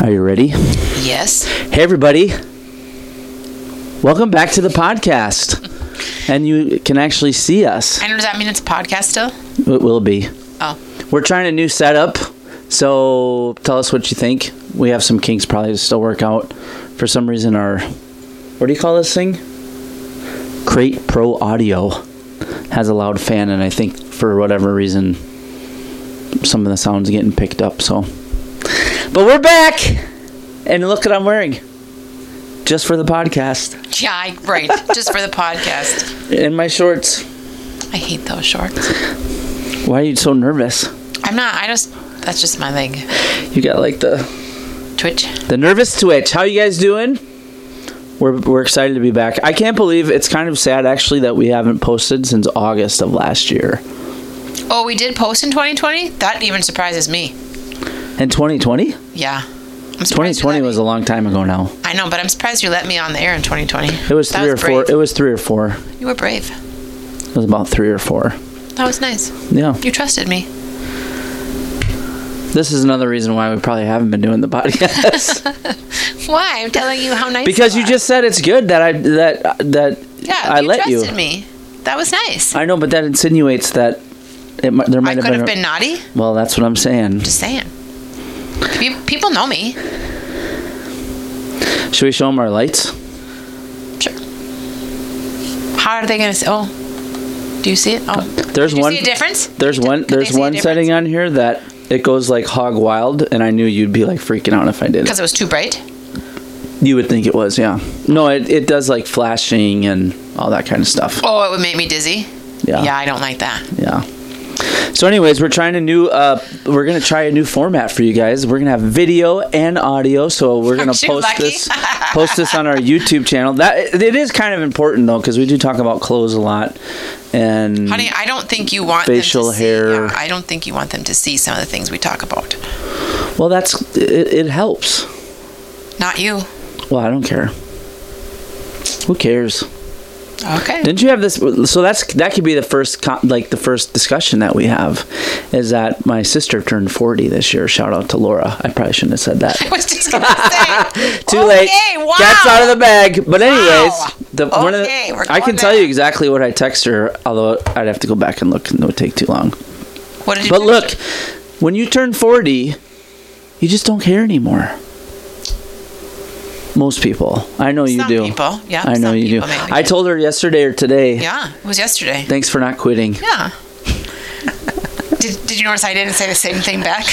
Are you ready? Yes. Hey, everybody. Welcome back to the podcast. And you can actually see us. I know, does that mean it's a podcast still? It will be. Oh. We're trying a new setup. So tell us what you think. We have some kinks probably to still work out. For some reason, our. What do you call this thing? Crate Pro Audio has a loud fan, and I think for whatever reason, some of the sound's getting picked up. So. But we're back! And look what I'm wearing. Just for the podcast. Yeah, I, right. Just for the podcast. In my shorts. I hate those shorts. Why are you so nervous? I'm not, I just, that's just my leg. You got like the Twitch. the nervous twitch. How you guys doing? We're we're excited to be back. I can't believe it's kind of sad actually that we haven't posted since August of last year. Oh, we did post in 2020? That even surprises me. And 2020? Yeah. I'm surprised you 2020 let was a long time ago now. me- I know, but I'm surprised you let me on the air in 2020. It was That 3 or 4. brave. It was 3 or 4. You were brave. It was about 3 or 4. That was nice. Yeah. You trusted me. This is another reason why we probably haven't been doing the podcast. Why? I'm telling you how nice. because you are. just said it's good that I that that yeah, I you let you. trusted me. That was nice. I, I know, but that insinuates that it mi- there might could have been, have a- been naughty. Well, that's what I'm saying. Just saying. Pe- People know me. Should we show them our lights? Sure. How are they gonna see? Oh, do you see it? Oh, There's Did you one. see a difference? There's Could- one. could they There's see a one difference? setting on here that it goes like hog wild, and I knew you'd be like freaking out if I did. because it was too bright. You would think it was, yeah. No, it, it does like flashing and all that kind of stuff. Oh, it would make me dizzy. Yeah. Mm. Yeah, I don't like that. Yeah. So, anyways, we're trying a new. Uh, we're gonna try a new format for you guys. We're gonna have video and audio. So we're gonna Aren't you post lucky? this post this on our YouTube channel. That it is kind of important though, because we do talk about clothes a lot. And Honey, I don't think you want Facial them to see- hair. yeah, I don't think you want them to see some of the things we talk about. well, that's it, it helps. Not you. Well, I don't care. Who cares? Okay. Didn't you have this? So that's that could be the first co- like the first discussion that we have, is that my sister turned forty this year. Shout out to Laura. I probably shouldn't have said that. I was just gonna say. Too okay, late. Wow. Cat's out of the bag. But anyways, Wow. the, one of the, Okay, we're I can going tell you there. exactly what I text her. Although I'd have to go back and look. and It would take too long. What did you But do? look, when you turn forty, you just don't care anymore. Most people, I know you Some do. people, yeah, I know some you do. people maybe. I told her yesterday or today. Yeah, it was yesterday. Thanks for not quitting. Yeah. did, did you notice I didn't say the same thing back?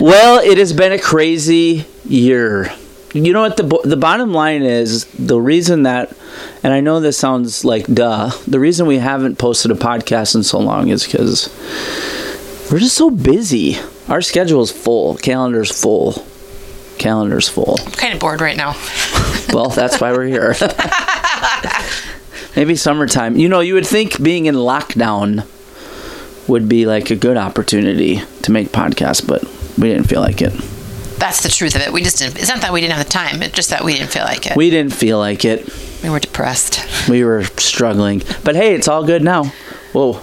Well, it has been a crazy year. You know what the bo- the bottom line is? The reason that, and I know this sounds like duh. The reason we haven't posted a podcast in so long is because we're just so busy. Our schedule is full. Calendar's full. Calendar's full. I'm kind of bored right now. Well, that's why we're here. Maybe summertime. You know, you would think being in lockdown would be like a good opportunity to make podcasts, but we didn't feel like it. That's the truth of it. We just didn't. It's not that we didn't have the time. It's just that we didn't feel like it. We, We didn't feel like it. were depressed. We were struggling. But hey, it's all good now. Whoa.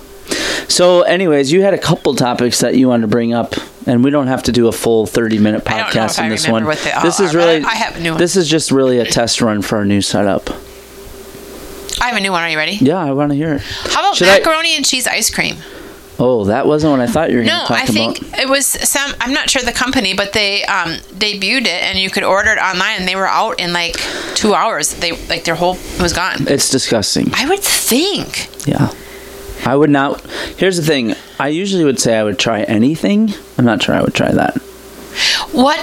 So, anyways, you had a couple topics that you wanted to bring up, and we don't have to do a full 30 minute I don't know podcast if I on this one. remember what they this are, is but really, I have new- this is just really a test run for our new setup. I have a new one. Are you ready? Yeah, I want to hear it. How about Should I- macaroni and cheese ice cream? Oh, that wasn't what I thought you were going No, to talk I think about. it was some. I'm not sure the company, but they um, debuted it, and you could order it online, and they were out in like two hours. They like their whole it was gone. It's disgusting. I would think. Yeah. I would not. Here's the thing. I usually would say I would try anything. I'm not sure I would try that. What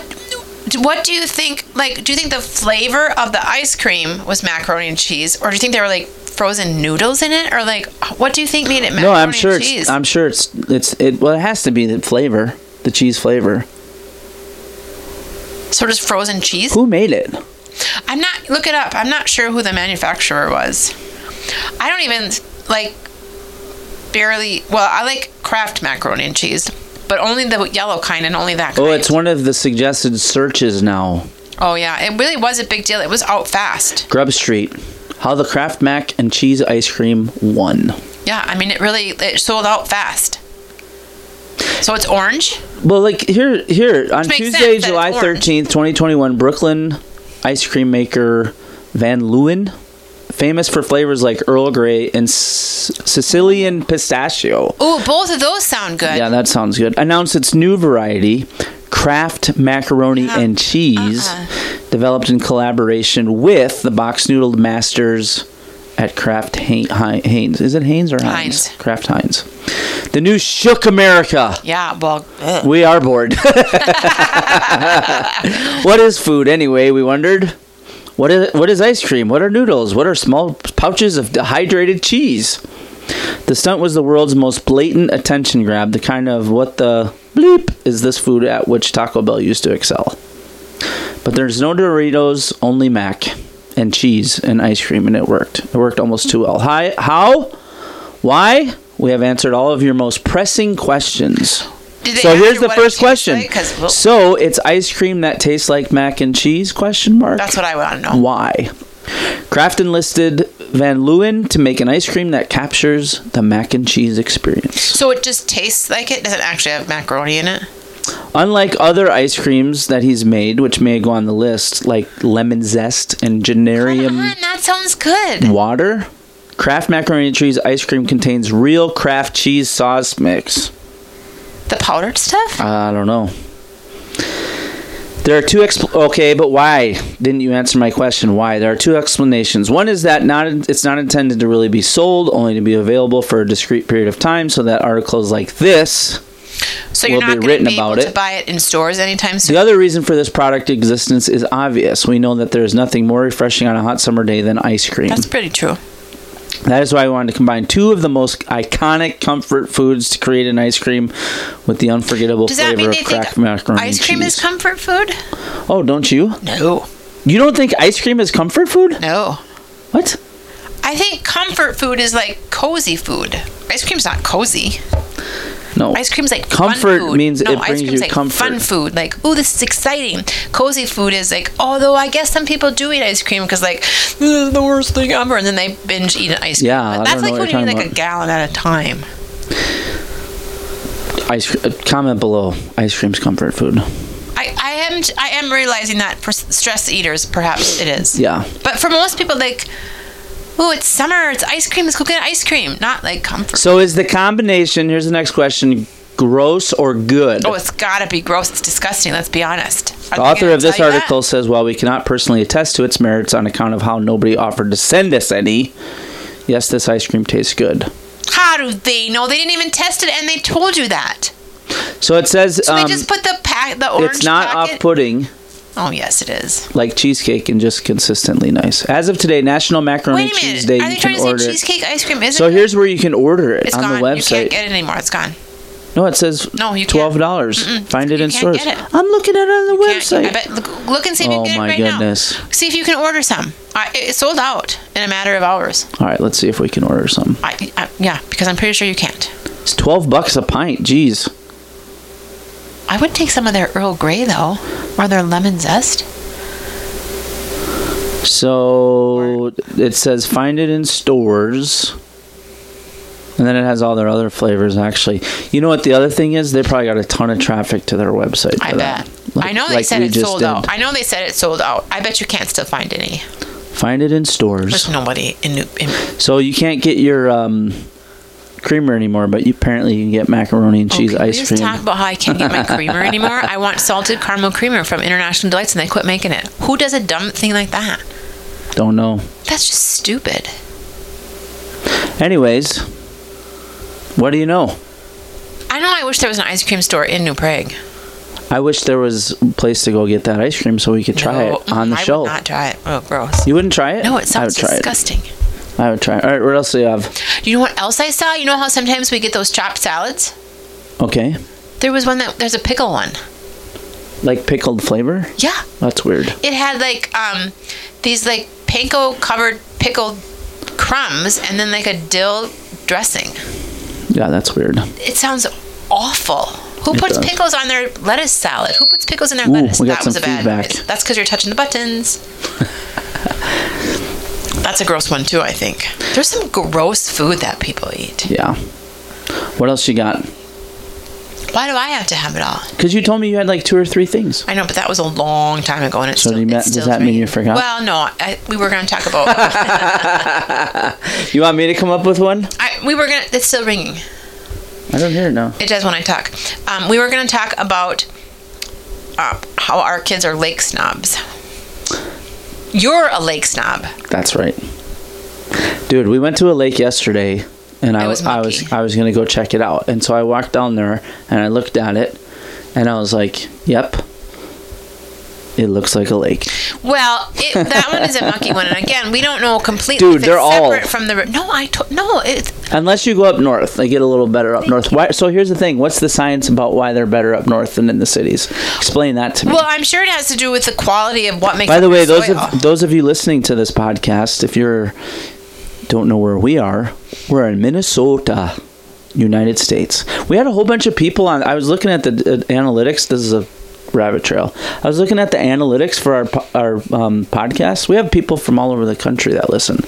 what do you think like do you think the flavor of the ice cream was macaroni and cheese or do you think there were like frozen noodles in it or like what do you think made it macaroni No, I'm sure and it's. cheese? I'm sure it's. It's. It. Well, it has to be the flavor, the cheese flavor. so just frozen cheese? Who made it? I'm not look it up. I'm not sure who the manufacturer was. I don't even like barely well, I like Kraft macaroni and cheese, but only the yellow kind and only that kind. Oh, it's one of the suggested searches now. Oh, yeah. It really was a big deal. It was out fast. Grub Street. How the Kraft Mac and Cheese Ice Cream won. Yeah, I mean it really it sold out fast. So it's orange. Well, like here, here on makes Tuesday, sense that July it's orange. thirteenth, twenty twenty-one, Brooklyn ice cream maker Van Leeuwen, famous for flavors like Earl Grey and S- Sicilian pistachio. Ooh, both of those sound good. Yeah, that sounds good. Announced its new variety, Kraft macaroni Yeah. Uh-uh. and cheese, developed in collaboration with the box noodled masters at Kraft Hay- Hay- Haynes. Is it Haynes or Heinz? Heinz. Kraft Heinz. The new shook America. Yeah, well, ugh. We are bored. what is food anyway? We wondered. What is what is ice cream? What are noodles? What are small pouches of dehydrated cheese? The stunt was the world's most blatant attention grab, the kind of what the bleep is this food at which Taco Bell used to excel. But there's no Doritos, only Mac and cheese and ice cream, and it worked. It worked almost too well. Hi, how? Why? We have answered all of your most pressing questions. Did they So ask here's you the what it first tastes question. like? 'Cause, well- so it's ice cream that tastes like mac and cheese? Question mark. that's what I want to know. Why? Kraft enlisted Van Leeuwen to make an ice cream that captures the mac and cheese experience. So it just tastes like it. Doesn't actually have macaroni in it. Unlike other ice creams that he's made, which may go on the list, like lemon zest and Come generium on, Uh-huh, that sounds good. water, Kraft macaroni and cheese ice cream contains real Kraft cheese sauce mix. The powdered stuff. I don't know. There are two expl- okay, but why didn't you answer my question? Why? There are two explanations. One is that not it's not intended to really be sold, only to be available for a discrete period of time, so that articles like this so you're will not be going written to be about able to it. buy it in stores anytime soon. The other reason for this product existence is obvious. We know that there is nothing more refreshing on a hot summer day than ice cream. That's pretty true. That is why I wanted to combine two of the most iconic comfort foods to create an ice cream with the unforgettable Does that flavor mean of they think cracked macaroni and ice cream is cheese. comfort food? oh, don't you? No, You don't think ice cream is comfort food? no. What? I think comfort food is like cozy food. Ice cream's not cozy. No. Ice cream's like Comfort fun food. means no, it brings ice cream's you like comfort. Fun food, like oh, this is exciting. Cozy food is like, although I guess some people do eat ice cream because like this is the worst thing ever, and then they binge eat ice cream. Yeah, But I don't know that's like what when you're you eat talking like a about. gallon at a time. Ice cr- uh, comment below. Ice cream's comfort food. I, I am I am realizing that for s- stress eaters, perhaps it is. Yeah. But for most people, like, oh, it's summer, it's ice cream, let's go get ice cream, not like comfort. So is the combination? Here's the next question: gross or good? oh, it's gotta be gross. It's disgusting. Let's be honest. the Are they author gonna of this tell you that? article says, while we cannot personally attest to its merits on account of how nobody offered to send us any, yes, this ice cream tastes good. How do they know? They didn't even test it, and they told you that. So it says So um, they just put the pack, the orange. it's not packet- off-putting Oh yes, it is. like cheesecake and just consistently nice. As of today, National Macaroni Wait and a minute. Cheese Day, Are they you trying can to order. say it. cheesecake ice cream isn't? So here's where you can order it it's on gone. the You can't website. get it anymore. It's gone. No, it says No, you can't. twelve dollars. Find it You in can't stores. get it. I'm looking at it on the Can't- website. I bet, look, look and see if you Oh, can get it my right goodness. now. See if you can order some. I, it- it's sold out in a matter of hours. All right, let's see if we can order some. I, I, yeah, because I'm pretty sure you can't. It's twelve bucks a pint. Jeez. I would take some of their Earl Grey though, or their lemon zest. So it says find it in stores. And then it has all their other flavors. Actually, you know what the other thing is? They probably got a ton of traffic to their website. I for bet. that. Like- I know they like said we it just sold did. out. I know they said it sold out. I bet you can't still find any. Find it in stores. There's nobody in, New- in So you can't get your um, creamer anymore, but you apparently you can get macaroni and cheese Okay, we ice just cream. talk about how I can't get my creamer anymore. I want salted caramel creamer from International Delights, and they quit making it. Who does a dumb thing like that? Don't know. That's just stupid. Anyways, what do you know? I know. I wish there was an ice cream store in New Prague. I wish there was a place to go get that ice cream so we could try No, it on the I show. Would not try it. Oh, gross. You wouldn't try it? No, it I sounds would try disgusting. it. I would try it. All right, what else do you have? You know what else I saw? You know how sometimes we get those chopped salads? Okay. There was one that there's a pickle one. Like pickled flavor? Yeah, That's weird. it had like um these like panko covered pickled crumbs, and then like a dill dressing. Yeah, that's weird. It sounds awful. Who puts does. pickles on their lettuce salad? Who puts pickles in their Ooh, lettuce? we got some bad feedback. noise. That's because you're touching the buttons. That's a gross one too. I think there's some gross food that people eat. Yeah. What else you got? Why do I have to have it all? Because you told me you had like two or three things. I know, but that was a long time ago, and it's So still. you it's meant- does still that mean draining. you forgot? Well, no, I, we were going to talk about. You want me to come up with one? I, we were going. to It's still ringing. I don't hear it now. It does when I talk. Um, we were going to talk about uh, how our kids are lake snobs. You're a lake snob. That's right. Dude, we went to a lake yesterday and I It was I mucky. was I was going to go check it out. And so I walked down there and I looked at it and I was like, "Yep. It looks like a lake." Well, it, that one is a monkey one, and again, we don't know completely. Dude, if it's they're all- separate from the. No, I to, no, it's Unless you go up north, they get a little better up north. Why, so here's the thing, what's the science about why they're better up north than in the cities? Explain that to me. well, I'm sure it has to do with the quality of what makes. By the up way, your those soil. of those of you listening to this podcast, if you're don't know where we are, we're in Minnesota, United States. We had a whole bunch of people on. I was looking at the uh, analytics. This is a rabbit trail. I was looking at the analytics for our po- our um, podcast. We have people from all over the country that listen.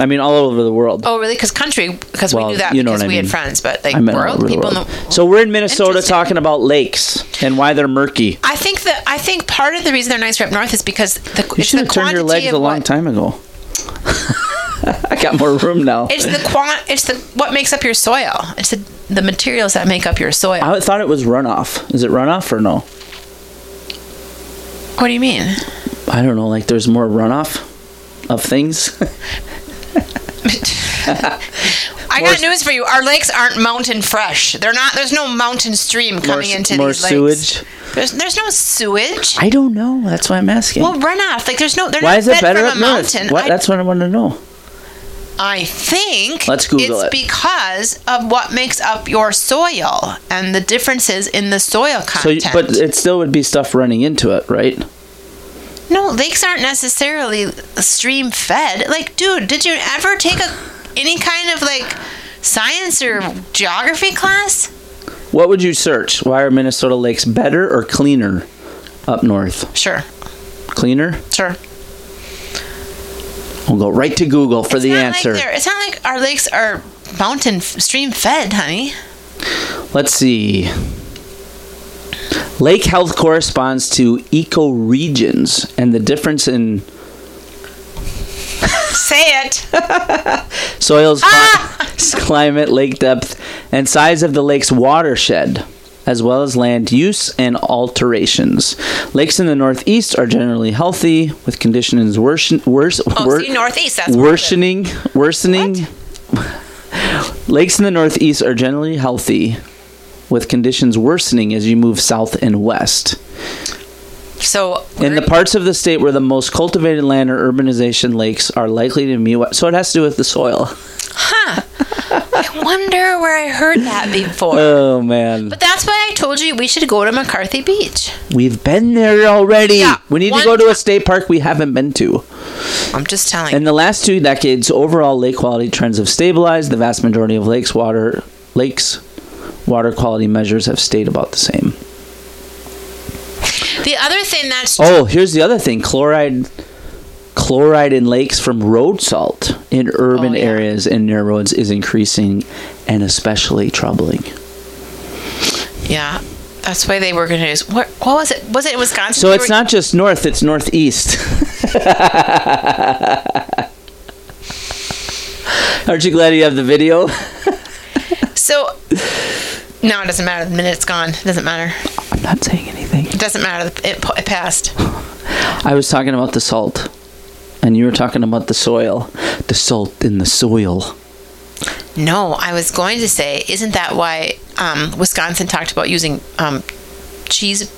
I mean, all over the world. Oh, really? Because country, because Well, we knew that you know because what I we mean. had friends, but like I meant all world over the people. world. In the, So we're in Minnesota Interesting. talking about lakes and why they're murky. I think that I think part of the reason they're nicer up north is because the You it's should the have turned quantity your legs of a long what, time ago. I got more room now. It's the quant. It's the what makes up your soil. It's the, the materials that make up your soil. I thought it was runoff. Is it runoff or no? what do you mean, I don't know. Like there's more runoff of things. I got news for you. Our lakes aren't mountain fresh. They're not. There's no mountain stream coming s- into more these sewage? lakes. There's there's no sewage. I don't know. That's why I'm asking. Well, runoff. Like there's no. They're why not is it fed better from up a north? mountain. What? I- That's what I want to know. I think Let's Google it's it. because of what makes up your soil and the differences in the soil So, you, content. but it still would be stuff running into it, right? no, lakes aren't necessarily stream fed. Like, dude, did you ever take a any kind of like science or geography class? What would you search? Why are Minnesota lakes better or cleaner up north? Sure, Cleaner? sure. We'll go right to Google for It's the not answer. Like they're- it's not like our lakes are mountain f- stream fed, honey. Let's see. Lake health corresponds to ecoregions and the difference in Say it. soils, cli- Ah! climate, lake depth, and size of the lake's watershed, as well as land use and alterations. Lakes in the Northeast are generally healthy, with conditions worsen, worse, Oh, wor- see, northeast. That's where I live. worsening. Worsening. Lakes in the Northeast are generally healthy, with conditions worsening as you move south and west. So In the parts of the state where the most cultivated land or urbanization lakes are likely to be, so it has to do with the soil. I wonder where I heard that before. Oh man, But that's why I told you we should go to McCarthy Beach. we've been there already. Yeah, we need to one go to a time- state park we haven't been to. I'm just telling In the last two decades, overall lake quality trends have stabilized. The vast majority of lakes water lakes water quality measures have stayed about the same. you. The other thing that's Oh, here's the other thing: chloride, chloride in lakes from road salt in urban Oh, yeah. areas and near roads is increasing, and especially troubling. yeah, that's why they were going to use. What, what was it? Was it in Wisconsin? So They it's were- not just north; it's northeast. Aren't you glad you have the video? So no, it doesn't matter. The minute's gone. It doesn't matter. I'm not saying anything. It doesn't matter. It, it passed. I was talking about the salt, and you were talking about the soil. The salt in the soil. No, I was going to say, isn't that why um, Wisconsin talked about using um, cheese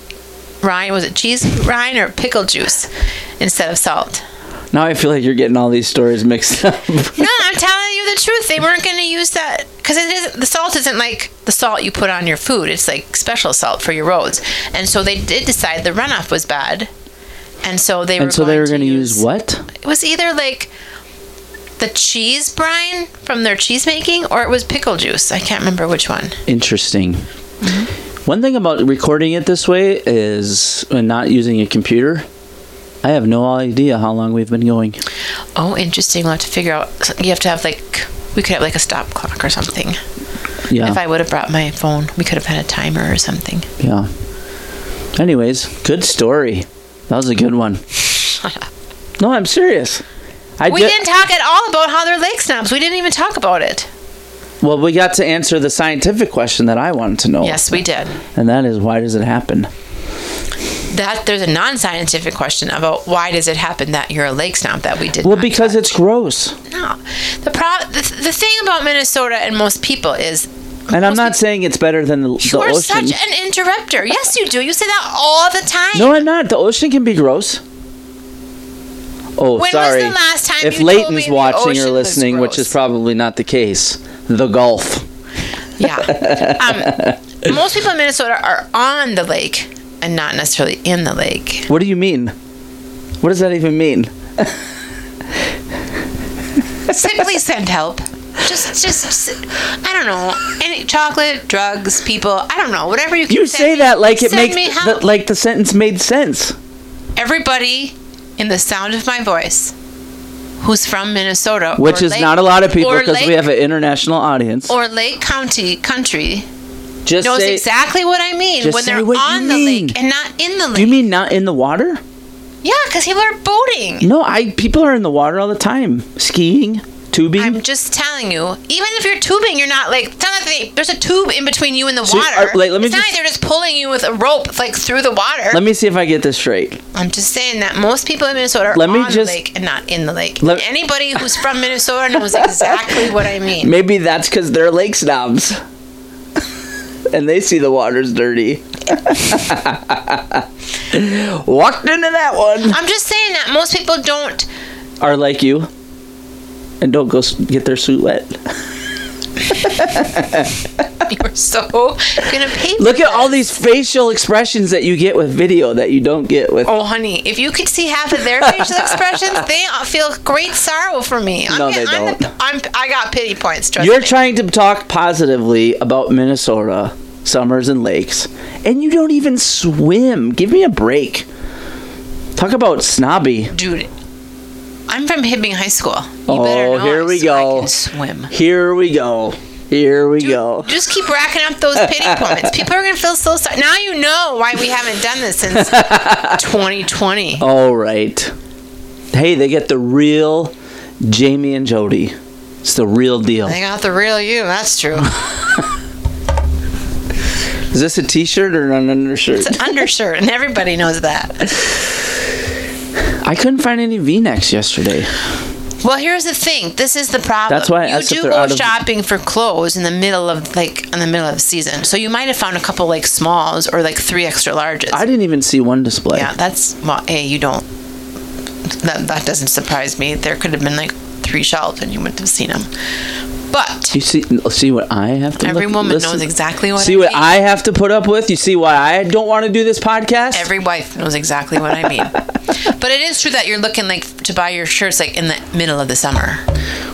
rind? Was it cheese rind or pickle juice instead of salt? Now I feel like you're getting all these stories mixed up. No, I'm telling you the truth. They weren't going to use that because it isn't the salt isn't like the salt you put on your food. It's like special salt for your roads, and so they did decide the runoff was bad, and so they were and so they were going to use what? It was either like the cheese brine from their cheese making, or it was pickle juice. I can't remember which one. Interesting. Mm-hmm. One thing about recording it this way is and not using a computer. I have no idea how long we've been going. Oh, interesting. We'll have to figure out. You have to have like we could have like a stop clock or something. Yeah. If I would have brought my phone, we could have had a timer or something. Yeah. Anyways, good story. That was a good one. No, I'm serious. I We did- didn't talk at all about how they're lake snobs. We didn't even talk about it. Well, we got to answer the scientific question that I wanted to know. Yes, we did. And that is why does it happen? That there's a non-scientific question about why does it happen that you're a lake snob that we did. Well, not because it's gross. No, the pro the, the thing about Minnesota and most people is And I'm not saying it's better than the, the you're ocean. such an interrupter. Yes, you do. You say that all the time. no, I'm not. The ocean can be gross. Oh, When was sorry. the last time if you told me Leighton's the watching ocean or was listening, which gross? is probably not the case, the Gulf. Yeah. Um, most people in Minnesota are on the lake and not necessarily in the lake. What do you mean? What does that even mean? Simply send help. Just, just, I don't know. Any chocolate, drugs, people. I don't know. Whatever you can. You send say me, that like it send makes me the, help. like the sentence made sense. everybody in the sound of my voice who's from Minnesota, Which or is Lake- not a lot of people or because we Lake- have an international audience. or Lake County country just knows say, exactly what I mean just when say they're what you on the mean. lake and not in the lake. Do you mean not in the water? yeah, because people are boating. No, I people are in the water all the time. Skiing, tubing. I'm just telling you, even if you're tubing, you're not like, it's not like they, there's a tube in between you and the So, water. uh, like, let me it's not just- like they're just pulling you with a rope like through the water. let me see if I get this straight. I'm just saying that most people in Minnesota are Let me on just- the lake and not in the lake. Let- Anybody who's from Minnesota knows exactly what I mean. Maybe that's because they're lake snobs. and they see the water's dirty. Walked into that one. I'm just saying that most people don't. Are like you. And don't go s- get their suit wet. You're so gonna pay. Look at all these facial expressions that you get with video that you don't get with. Oh, honey, if you could see half of their facial expressions, they feel great sorrow for me. I'm No, get- they I'm the- don't. I'm, I got pity points. Trust You're me. trying to talk positively about Minnesota, summers and lakes, and you don't even swim. Give me a break. Talk about snobby. dude. I'm from Hibbing High School. You Oh, better know here I we sw- I go. can swim. Here we go. Here we go. Just keep racking up those pity points. People are gonna feel so sorry. Now you know why we haven't done this since 2020. All right. Hey, they get the real Jamie and Jody. It's the real deal. They got the real you. That's true. Is this a t-shirt or an undershirt? It's an undershirt, and everybody knows that. I couldn't find any V-necks yesterday. Well, here's the thing. This is the problem. That's why I you asked if do they're go out of- shopping for clothes in the middle of like in the middle of the season. So you might have found a couple like smalls or like three extra larges. I didn't even see one display. Yeah, that's well. A, you don't. That that doesn't surprise me. There could have been like three shelves, and you wouldn't have seen them. But You see, oh, see what I have to. every look- woman listen- knows exactly what. See I what mean. I have to put up with? You see why I don't want to do this podcast? Every wife knows exactly what I mean. but it is true that you're looking like to buy your shirts like in the middle of the summer.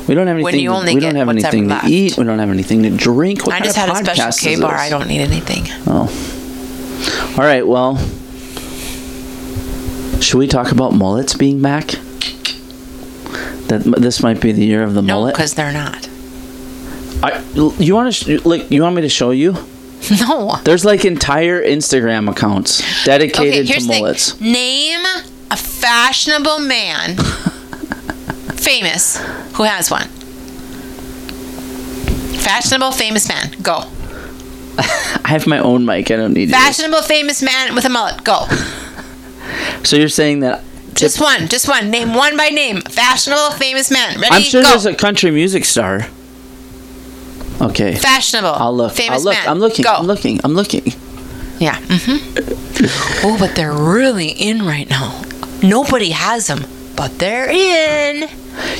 we don't have anything. When you only we don't get have what's anything to ever left. eat. We don't have anything to drink. What I kind just of had a special podcast K is bar. this? I don't need anything. Oh. All right. Well, should we talk about mullets being back? That this might be the year of the No, mullet. because they're not. I, you want to sh- like you want me to show you? No. There's like entire Instagram accounts dedicated to mullets. thing. Name a fashionable man, famous, who has one. Fashionable, famous man. Go. I have my own mic. I don't need yours. Fashionable, famous man with a mullet. Go. So you're saying that Just one. Just one. Name one by name. Fashionable, famous man. Ready? I'm sure Go. there's a country music star. Okay. Fashionable. I'll look. Famous I'll look. man. I'm looking. Go. I'm looking. I'm looking. Yeah. Mm-hmm. oh, but they're really in right now. Nobody has them, but they're in.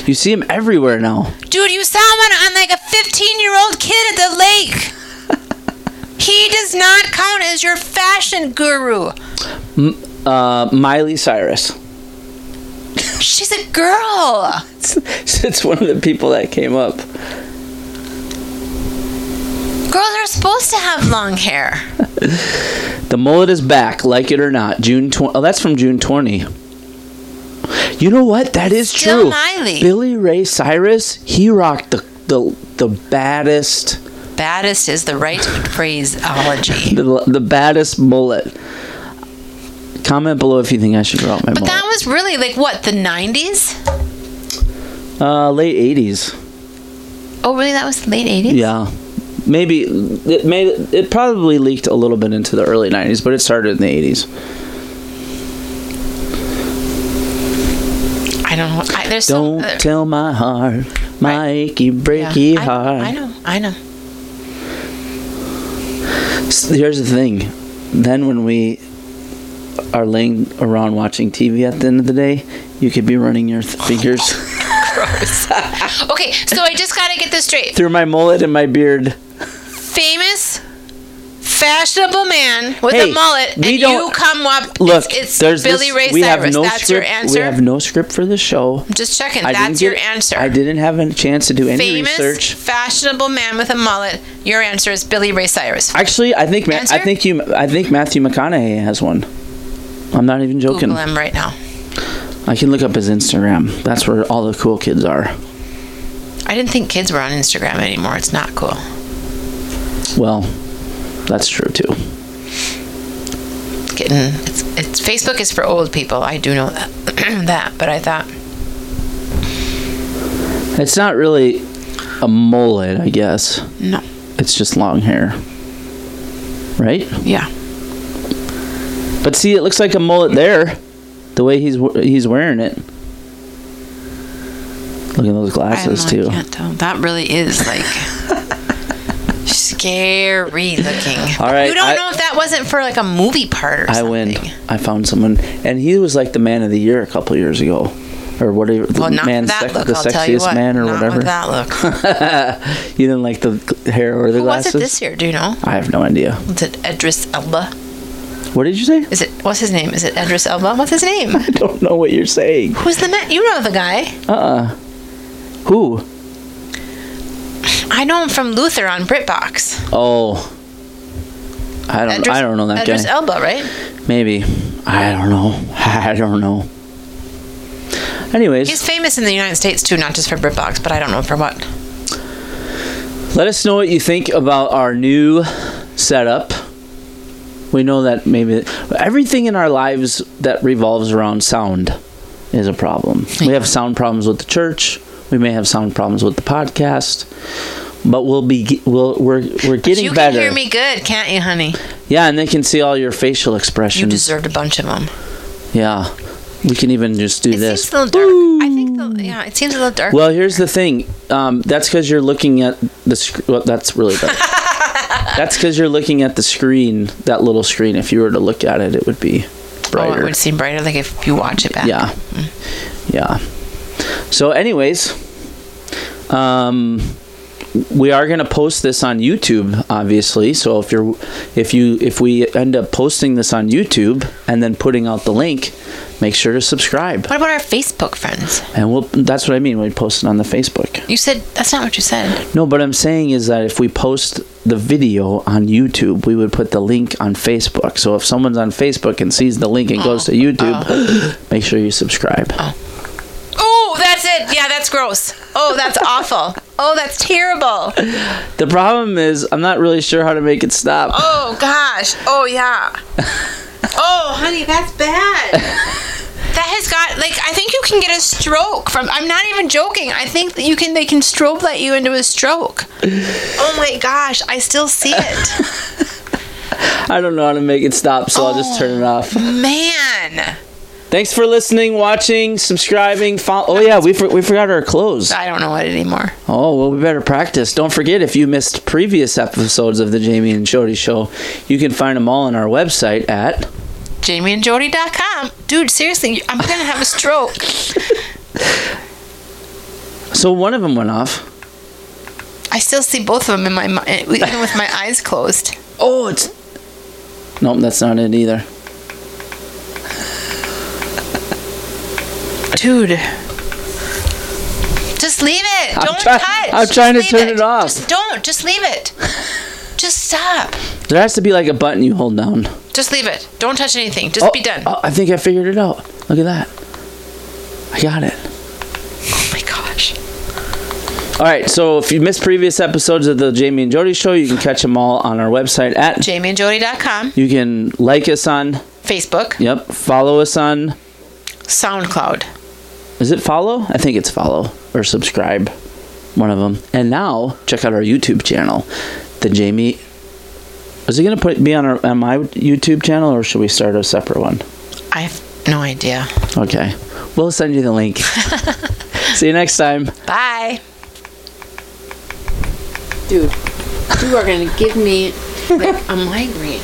You see him everywhere now. Dude, you saw one on like a 15 year old kid at the lake. he does not count as your fashion guru. M- uh, Miley Cyrus. She's a girl. it's one of the people that came up. Girls are supposed to have long hair. The mullet is back, like it or not. June 20. Oh, that's from June 20. You know what? That is Still true. Miley. Billy Ray Cyrus, he rocked the the, the baddest baddest is the right phraseology. The, the baddest mullet. Comment below if you think I should grow out my But mullet. that was really like what the '90s. uh, late eighties. Oh, really? That was the late '80s. Yeah, maybe it made it probably leaked a little bit into the early nineties, but it started in the eighties. I don't know. I, there's Don't some, tell my heart, my achy breaky uh, I, heart. I know. I know. S- Here's the thing. Then when we are laying around watching TV at the end of the day, you could be running your th- fingers Okay, so I just gotta get this straight. through my mullet and my beard. Famous, fashionable man with Hey, a mullet, and we don't- you come up. Look, it's, it's there's Billy this- Ray we have Cyrus. no That's script. your answer. We have no script for the show. I'm just checking. I didn't That's your get- answer. I didn't have a chance to do any Famous, research. fashionable man with a mullet. Your answer is Billy Ray Cyrus. Actually, I think Ma- I Answer? think you I think Matthew McConaughey has one. I'm not even joking. Google him right now. I can look up his Instagram. That's where all the cool kids are. I didn't think kids were on Instagram anymore. It's not cool. Well, that's true too. Getting it's, it's Facebook is for old people. I do know that. that, but I thought It's not really a mullet, I guess. no. It's just long hair. Right? Yeah. But see, it looks like a mullet there, the way he's w- he's wearing it. Look at those I don't glasses know, I too. can't tell. That really is like scary looking. All right, You don't I- know if that wasn't for like a movie part or I something. win. I found someone, and he was like the man of the year a couple years ago, or whatever. the Well, not man with that sex- look. the I'll sexiest tell you what. man or not whatever. With that look. you didn't like the g- hair or the Who was glasses. it this year? Do you know? I have no idea. Was it Edris Elba? What did you say? Is it what's his name? Is it Edris Elba? What's his name? I don't know what you're saying. Who's the man? You know the guy. Uh. uh Who? I know him from Luther on BritBox. Oh. I don't. I don't know that Edris guy. Elba, right? Maybe. I don't know. I don't know. Anyways, He's famous in the United States too, not just for BritBox, but I don't know for what. let us know what you think about our new setup. We know that maybe everything in our lives that revolves around sound is a problem. We have sound problems with the church. We may have sound problems with the podcast. But we'll be we'll, we're we're getting you better. can hear me good, can't you, honey? Yeah, and they can see all your facial You expressions. deserved a bunch of them. yeah. We can even just do It this. seems a little dark. I think, the, yeah, it seems a little dark. Well, here's the thing. Um, that's because you're looking at the. Sc- well, that's really bad. that's because you're looking at the screen, that little screen. If you were to look at it, it would be oh, it brighter. would seem brighter, like if you watch it back. yeah, yeah. So, anyways, um, we are gonna post this on YouTube, obviously. So if you're, if you, if we end up posting this on YouTube and then putting out the link, make sure to subscribe. What about our Facebook friends? And we'll. That's what I mean. We post it on the Facebook. You said that's not what you said. No, but I'm saying is that if we post the video on YouTube, we would put the link on Facebook. So if someone's on Facebook and sees the link and goes to YouTube, make sure you subscribe. Oh, that's it. Yeah, that's gross. Oh, that's awful. Oh, that's terrible. The problem is I'm not really sure how to make it stop. Oh gosh. Oh yeah. oh honey, that's bad. That has got like I think you can get a stroke from. I'm not even joking. I think that you can. They can strobe light you into a stroke. Oh my gosh, I still see it. I don't know how to make it stop, so I'll just turn it off. Man, Thanks for listening, watching, subscribing. Follow- oh yeah, we for- we forgot our clothes. I don't know what anymore. Oh, well, we better practice. Don't forget, if you missed previous episodes of the Jamie and Jody Show, you can find them all on our website at JamieandJody.com. Dude, seriously, I'm gonna have a stroke. So one of them went off. I still see both of them in my mi- even with my eyes closed. Oh, it's. Nope, that's not it either. Dude. Just leave it. I'm don't try- touch. I'm Just trying to leave turn it off. Just don't. Just leave it. Just stop. There has to be like a button you hold down. Just leave it. Don't touch anything. Just oh, be done. Oh. Oh, I think I figured it out. Oh Look at that. I got it. my gosh. All right, so if you missed previous episodes of the Jamie and Jody show, you can catch them all on our website at. jamieandjody.com, You can like us on, Facebook, yep, follow us on. SoundCloud. Is it follow? I think it's follow or subscribe, one of them. And now check out our YouTube channel, the Jamie. Is it gonna put be on our on my YouTube channel or should we start a separate one? I have no idea. Okay, we'll send you the link. See you next time. Bye. Dude, you are going to give me. Like, I'm migraine.